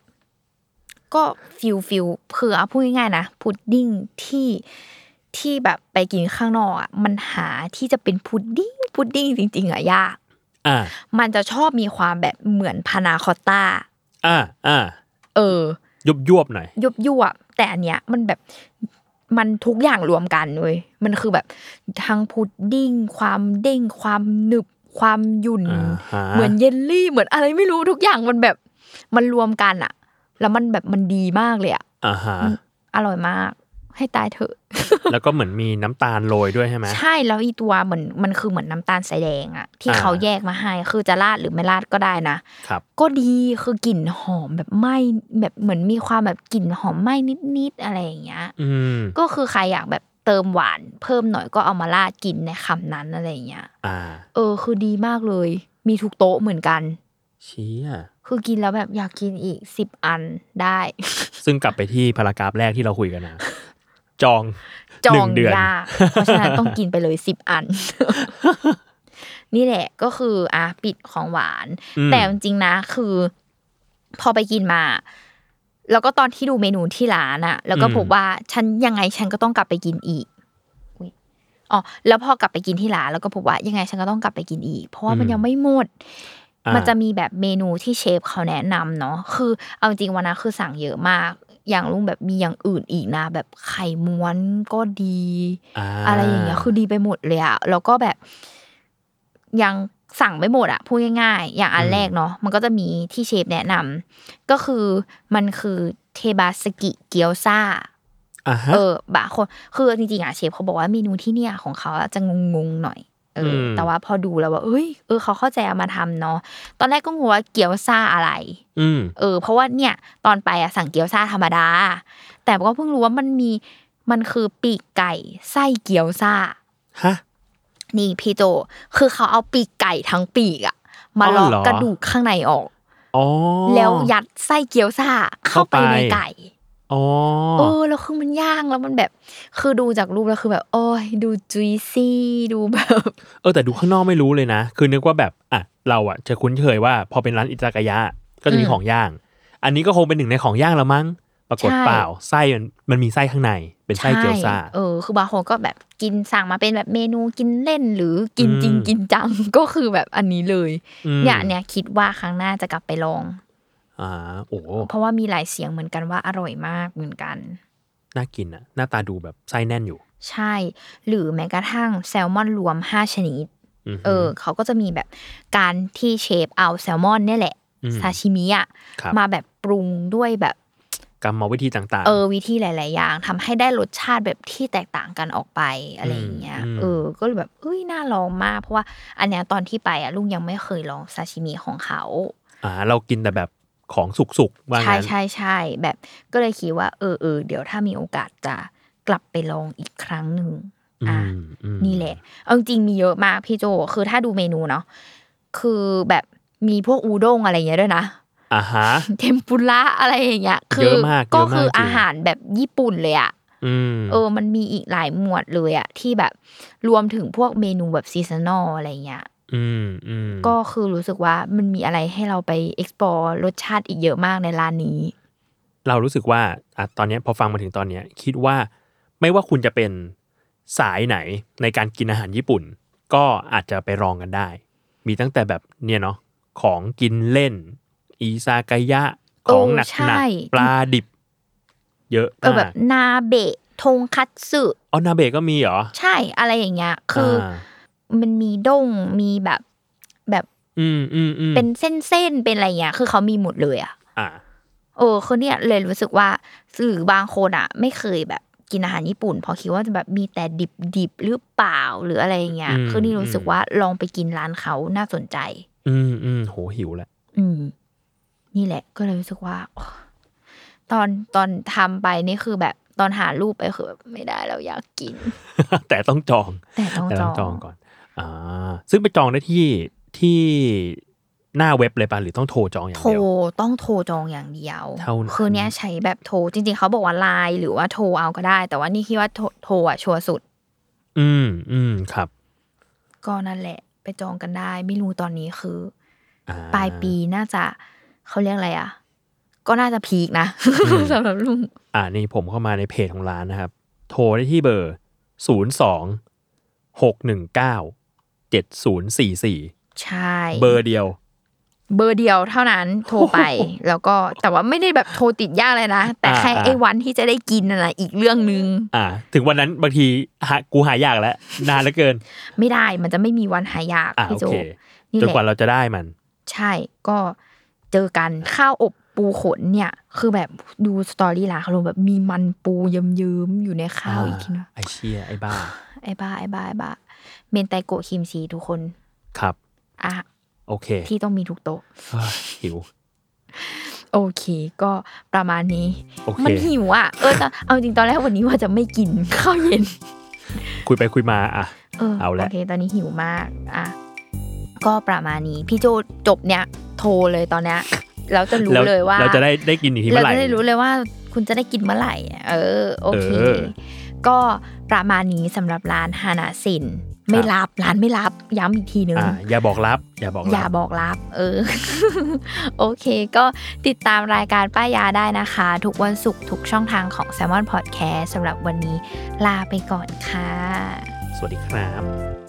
[SPEAKER 2] ก็ฟิลฟิลคือเอาพูดง่ายๆนะพุดดิ้งที่ที่แบบไปกินข้างนอกอะมันหาที่จะเป็นพุดดิ้งพุดดิ้งจริงๆอะยาก
[SPEAKER 3] อ่า
[SPEAKER 2] มันจะชอบมีความแบบเหมือนพานาคอตต้า
[SPEAKER 3] อ่า อ่า
[SPEAKER 2] เออ
[SPEAKER 3] ยุบยวบๆหน่อย
[SPEAKER 2] ยุบยวบแต่อันเนี้ยมันแบบมันทุกอย่างรวมกันเว้ยมันคือแบบทั้งพุดดิ้ง ความเด้ง ความหนึบ ความหยุ่น
[SPEAKER 3] อ่าฮะ
[SPEAKER 2] เหมือนเยลลี่ เหมือนอะไรไม่รู้ทุกอย่างมันแบบมันรวมกันอะแล้วมันแบบมันดีมากเลยอะ
[SPEAKER 3] อ่าฮะ
[SPEAKER 2] อร่อยมาก ให้ตายเถอะ
[SPEAKER 3] แล้วก็เหมือนมีน้ำตาลโรยด้วยใช่ไหม
[SPEAKER 2] ใช่แล้วอีตัวเหมือนมันคือเหมือนน้ำตาลสายแดงอะที่
[SPEAKER 3] อ่า
[SPEAKER 2] เขาแยกมาให้คือจะราดหรือไม่ราดก็ได้นะ
[SPEAKER 3] ครับ
[SPEAKER 2] ก็ดีคือกลิ่นหอมแบบไหม้แบบเหมือนมีความแบบกลิ่นหอมไหม้นิดๆอะไรอย่างเงี้ย
[SPEAKER 3] อืม
[SPEAKER 2] ก็คือใครอยากแบบเติมหวานเพิ่มหน่อยก็เอามาราดกินในคำนั้นอะไรอย่างเงี้ย
[SPEAKER 3] อ่า
[SPEAKER 2] เออ คือดีมากเลย มีทุกโต๊ะเหมือนกัน
[SPEAKER 3] เชี้
[SPEAKER 2] คือกินแล้วแบบอยากกินอีกสิบอันได้
[SPEAKER 3] ซึ่งกลับไปที่พารากราฟแรกที่เราคุยกันนะ จอง
[SPEAKER 2] จ
[SPEAKER 3] ห
[SPEAKER 2] อ
[SPEAKER 3] นึ่
[SPEAKER 2] ง
[SPEAKER 3] งเดือน
[SPEAKER 2] ยากเพราะฉะนั้นต้องกินไปเลยสิบอัน นี่แหละก็คืออ่ะปิดของหวาน
[SPEAKER 3] อืม
[SPEAKER 2] แต่จริงๆนะคือ พอไปกินมา แล้วก็ตอนที่ดูเมนูที่ร้านอะแล้วก็พบว่าฉันยังไงฉันก็ต้องกลับไปกินอีกอุ๊ยอ๋อแล้วพอกลับไปกินที่ร้านแล้วก็พบว่ายังไงฉันก็ต้องกลับไปกินอีก เพราะว่ามัน
[SPEAKER 3] อืม
[SPEAKER 2] ยังไม่หมด
[SPEAKER 3] อ่ามั
[SPEAKER 2] มันจะมีแบบเมนูที่เชฟเขาแนะนำเนาะคือ เอาจริงวันนั้นคือสั่งเยอะมาก อย่างลุงแบบมีอย่างอื่นอีกนะ แบบไข่ม้วนก็ดี
[SPEAKER 3] า
[SPEAKER 2] อะไรอย่างเงี้ยคือดีไปหมดเลยอะแล้วก็แบบยังสั่งไม่หมดอะพูดง่ายๆ อย่างอันแรกเนาะมันก็จะมีที่เชฟแนะนำก็คือมันคือเทบาสกิเกียวซา
[SPEAKER 3] อ่าฮะ
[SPEAKER 2] เออบะคนคือจริงๆอะเชฟเขาบอกว่าเมนูที่เนี่ยของเขาอะจะงงๆหน่อยเอออ
[SPEAKER 3] ม
[SPEAKER 2] แต่ว่าพอดูแล้วว่าเอ้ยเออเขาเข้าใจเอามาทำเนาะตอนแรกก็งงว่าเกียวซาอะไร
[SPEAKER 3] อืม
[SPEAKER 2] เออเพราะว่าเนี่ยตอนไปอะสั่งเกี๊ยวซ่าธรรมดา แต่ก็เพิ่งรู้ว่ามันมีมันคือปีกไก่ไส้เกี๊ยวซ่า
[SPEAKER 3] ฮะ
[SPEAKER 2] นี่พี่โจ คือเขาเอาปีกไก่ทั้งปีกอะมา
[SPEAKER 3] อ๋อ
[SPEAKER 2] เลาะ
[SPEAKER 3] เหรอ
[SPEAKER 2] กระดูกข้างในออก
[SPEAKER 3] อ๋อ
[SPEAKER 2] แล้วยัดไส้เกี๊ยวซ่าเข้าไปใน
[SPEAKER 3] เข้าไป
[SPEAKER 2] ไก่
[SPEAKER 3] อ๋อ
[SPEAKER 2] เออแล้วคือมันย่างแล้วมันแบบ คือดูจากรูปแล้วคือแบบ โอ้ยดูจุยซี่ดูแบบ
[SPEAKER 3] เออแต่ดูข้างนอกไม่รู้เลยนะ คือนึกว่าแบบอ่ะเราอ่ะจะคุ้นเคยว่าพอเป็นร้านอิตากายะก็จะมีของย่าง อันนี้ก็คงเป็นหนึ่งในของย่างละมั้ง ปรากฏเปล่าไส้มันมันมีไส้ข้างใน เป็นไส้เกี๊ยวซ่า
[SPEAKER 2] ใช่เออ คือบางคนก็แบบกินสั่งมาเป็นแบบเมนูกินเล่นหรือกินจริง
[SPEAKER 3] อืม
[SPEAKER 2] กินจัง ก็คือแบบอันนี้เลย
[SPEAKER 3] ม
[SPEAKER 2] เนี่ยเนี่ยคิดว่าครั้งหน้าจะกลับไปลอง
[SPEAKER 3] อ่าโอ้
[SPEAKER 2] เพราะว่ามีหลายเสียงเหมือนกันว่าอร่อยมากเหมือนกัน
[SPEAKER 3] น่ากินอ่ะ หน้าตาดูแบบไส้แน่นอยู่
[SPEAKER 2] ใช่ หรือแม้กระทั่งแซลมอนรวม 5 ชนิด
[SPEAKER 3] ม
[SPEAKER 2] เออเขาก็จะมีแบบการที่เชฟเอาแซลมอนเนี่ยแหละ
[SPEAKER 3] อืม
[SPEAKER 2] ซาชิมิอะ
[SPEAKER 3] ครับ
[SPEAKER 2] มาแบบปรุงด้วยแบบ
[SPEAKER 3] กรรมวิธีต่าง
[SPEAKER 2] เออวิธีหลาย ๆ อย่างทำให้ได้รสชาติแบบที่แตกต่างกันออกไปอะไรอย่างเงี้ย
[SPEAKER 3] อืม
[SPEAKER 2] เออ ก็เลยแบบเอ้ยน่าลองมาก เพราะว่าอันเนี้ยตอนที่ไปอะลุงยังไม่เคยลองซาชิมิของเขา
[SPEAKER 3] อ่า เรากินแต่แบบของสุกๆว่า
[SPEAKER 2] ใช่
[SPEAKER 3] งั้น
[SPEAKER 2] ใช่ใช่แบบก็เลยคิดว่าเออเออเดี๋ยวถ้ามีโอกาสจะกลับไปลองอีกครั้งหนึ่ง
[SPEAKER 3] อื
[SPEAKER 2] อ่ะ
[SPEAKER 3] มอืม
[SPEAKER 2] นี่แหละ เอาจริงๆมีเยอะมากพี่โจ คือถ้าดูเมนูเนาะคือแบบมีพวกอูด้งอะไรอย่างเงี้ยด้วยนะ
[SPEAKER 3] อ่าฮะ
[SPEAKER 2] เทมปุระอะไรอย่างเงี้ยคื
[SPEAKER 3] เยอะมาก
[SPEAKER 2] ก็
[SPEAKER 3] เยอะมาก
[SPEAKER 2] คือ
[SPEAKER 3] จริง
[SPEAKER 2] อาหารแบบญี่ปุ่นเลยอะ
[SPEAKER 3] อืม
[SPEAKER 2] เออ มันมีอีกหลายหมวดเลยอะที่แบบรวมถึงพวกเมนูแบบซีซันอลอะไรอย่างเงี้ย
[SPEAKER 3] อืมอืม
[SPEAKER 2] ก็คือรู้สึกว่ามันมีอะไรให้เราไป explore รสชาติอีกเยอะมากในร้านนี้
[SPEAKER 3] เรารู้สึกว่าอ่ะตอนเนี้ยพอฟังมาถึงตอนเนี้ย คิดว่าไม่ว่าคุณจะเป็นสายไหนในการกินอาหารญี่ปุ่น ก็อาจจะไปลองกันได้ มีตั้งแต่แบบเนี่ยเนาะของกินเล่น อีซากายะของหนัก
[SPEAKER 2] เออใช่
[SPEAKER 3] หนักปลาดิบ เยอะ
[SPEAKER 2] เออแบ
[SPEAKER 3] มา
[SPEAKER 2] บ
[SPEAKER 3] ก
[SPEAKER 2] นาเบะทงคัตสึ
[SPEAKER 3] อ๋อนาเบะก็มีเหรอ
[SPEAKER 2] ใช่อะไรอย่างเงี้ยคืออา มันมีด้งมีแบบแบบ
[SPEAKER 3] อืมอืมอืม
[SPEAKER 2] เป็นเส้นเส้นๆเป็นอะไรเงี้ยคือเขามีหมดเลยอ่ะ
[SPEAKER 3] อ่า
[SPEAKER 2] เออคือเนี่ยเลยรู้สึกว่าหรือบางคนอ่ะ ไม่เคยแบบกินอาหารญี่ปุ่นเพอคิดว่าจะแบบมีแต่ดิบดิบๆหรือเปล่าหรืออะไรอย่างเงี้ย
[SPEAKER 3] อืม
[SPEAKER 2] คือนี่รู้สึก
[SPEAKER 3] อืม
[SPEAKER 2] ว่าลองไปกินร้านเขาน่าสนใจ
[SPEAKER 3] อืมอืมโหหิวแหละ
[SPEAKER 2] อืม นี่แหละ ก็เลยรู้สึกว่าโอ้ตอนตอนทำไปนี่คือแบบตอนหารูปไปคือแบบไม่ได้เราอยากกิน
[SPEAKER 3] แต่ต้องจอง
[SPEAKER 2] แต่ต้อง
[SPEAKER 3] แต่
[SPEAKER 2] จ
[SPEAKER 3] ต้
[SPEAKER 2] อ
[SPEAKER 3] อง
[SPEAKER 2] ง
[SPEAKER 3] จองก่อน อ่า ซึ่งไปจองได้ที่ที่หน้าเว็บเลยป่ะ หรือต้องโทรจองอย่าง
[SPEAKER 2] โทร
[SPEAKER 3] เดียว
[SPEAKER 2] ต้องโทรจองอย่างเดียว
[SPEAKER 3] เท่านั้น
[SPEAKER 2] คือเนี้ยใช้แบบโทรจริง ๆ เขาบอกว่าไลน์หรือว่าโทรเอาก็ได้ แต่ว่านี่คิดว่าโทรโทรอ่ะชัวร์สุด
[SPEAKER 3] อืม อืม ครับ
[SPEAKER 2] ก็นั่นแหละ ไปจองกันได้ ไม่รู้ตอนนี้คือ
[SPEAKER 3] อ่
[SPEAKER 2] ปลายปีน่าจะเขาเรียกอะไรอ่ะ ก็น่าจะพีคนะ สำหรับลุง
[SPEAKER 3] อ่า นี่ผมเข้ามาในเพจของร้านนะครับ โทรได้ที่เบอร์ศูนย์สองหกหนึ่งเก้าเจ็ดศูนย์สี่สี่
[SPEAKER 2] ใช่
[SPEAKER 3] เบอร์เดียว
[SPEAKER 2] เบอร์เดียวเท่านั้นโทรไป แล้วก็แต่ว่าไม่ได้แบบโทรติดยากเลยนะ แต่แค่
[SPEAKER 3] อ่า
[SPEAKER 2] ไอ้วันที่จะได้กินน่ะนะอีกเรื่องนึง
[SPEAKER 3] อ่า ถึงวันนั้นบางทีหากูหายากแล้ว นานเหลือเกิน
[SPEAKER 2] ไม่ได้มันจะไม่มีวันหายาก
[SPEAKER 3] อ่า
[SPEAKER 2] พี่
[SPEAKER 3] โอ
[SPEAKER 2] โจ
[SPEAKER 3] เค
[SPEAKER 2] นี่
[SPEAKER 3] จน
[SPEAKER 2] แหละ
[SPEAKER 3] กว่าเราจะได้มัน
[SPEAKER 2] ใช่ก็เจอกันข้าวอบ ปูขนเนี่ย คือแบบดูสตอรี่หลานเขาลงแบบมีมันปูเยิ้มๆอยู่ในข้าวอีกทีนะ
[SPEAKER 3] ไอเชียไอบ้า
[SPEAKER 2] ไอ้บ้าไอ้บ้าไอ้บ้าเมนไตโกะคิมซีทุกคน
[SPEAKER 3] ครับ
[SPEAKER 2] อ่ะ
[SPEAKER 3] โอเค
[SPEAKER 2] ที่ต้องมีทุกโต๊ะ
[SPEAKER 3] เฮ้ยหิว
[SPEAKER 2] โอเค ก็ประมาณนี้
[SPEAKER 3] โอเค
[SPEAKER 2] มันหิวอ่ะ เออแต่เอาจริงตอนแรกวันนี้ว่าจะไม่กิน ข้าวเย็น
[SPEAKER 3] คุยไปคุยมาอ่ะ
[SPEAKER 2] เออ
[SPEAKER 3] เอาละ
[SPEAKER 2] โอเค ตอนนี้หิวมาก อ่ะ ก็ประมาณนี้ พี่โจจบเนี่ย โทรเลยตอนเนี้ยแล้วจะรู้
[SPEAKER 3] แว
[SPEAKER 2] เลยว่า
[SPEAKER 3] เราจะได้ได้กินอีกทีเมื่อไหร่
[SPEAKER 2] เราจะได้รู้เลยว่า คุณจะได้กินเมื่อไหร่อ่ะเออ โอเค
[SPEAKER 3] เออ
[SPEAKER 2] ก็ประมาณนี้สำหรับร้านฮานาสิน ไม่
[SPEAKER 3] ครับ
[SPEAKER 2] รับ ร้านไม่รับ ย้ำอีกทีนึง
[SPEAKER 3] อ่าอย่าบอกรับ อย่าบอก
[SPEAKER 2] อย่า
[SPEAKER 3] รับ
[SPEAKER 2] บอกลับ เอ อ โอเค ก็ติดตามรายการป้ายาได้นะคะ ทุกวันศุกร์ทุกช่องทางของ s ซ l m o n Podcast สำหรับวันนี้ลาไปก่อนค่ะ
[SPEAKER 3] สวัสดีครับ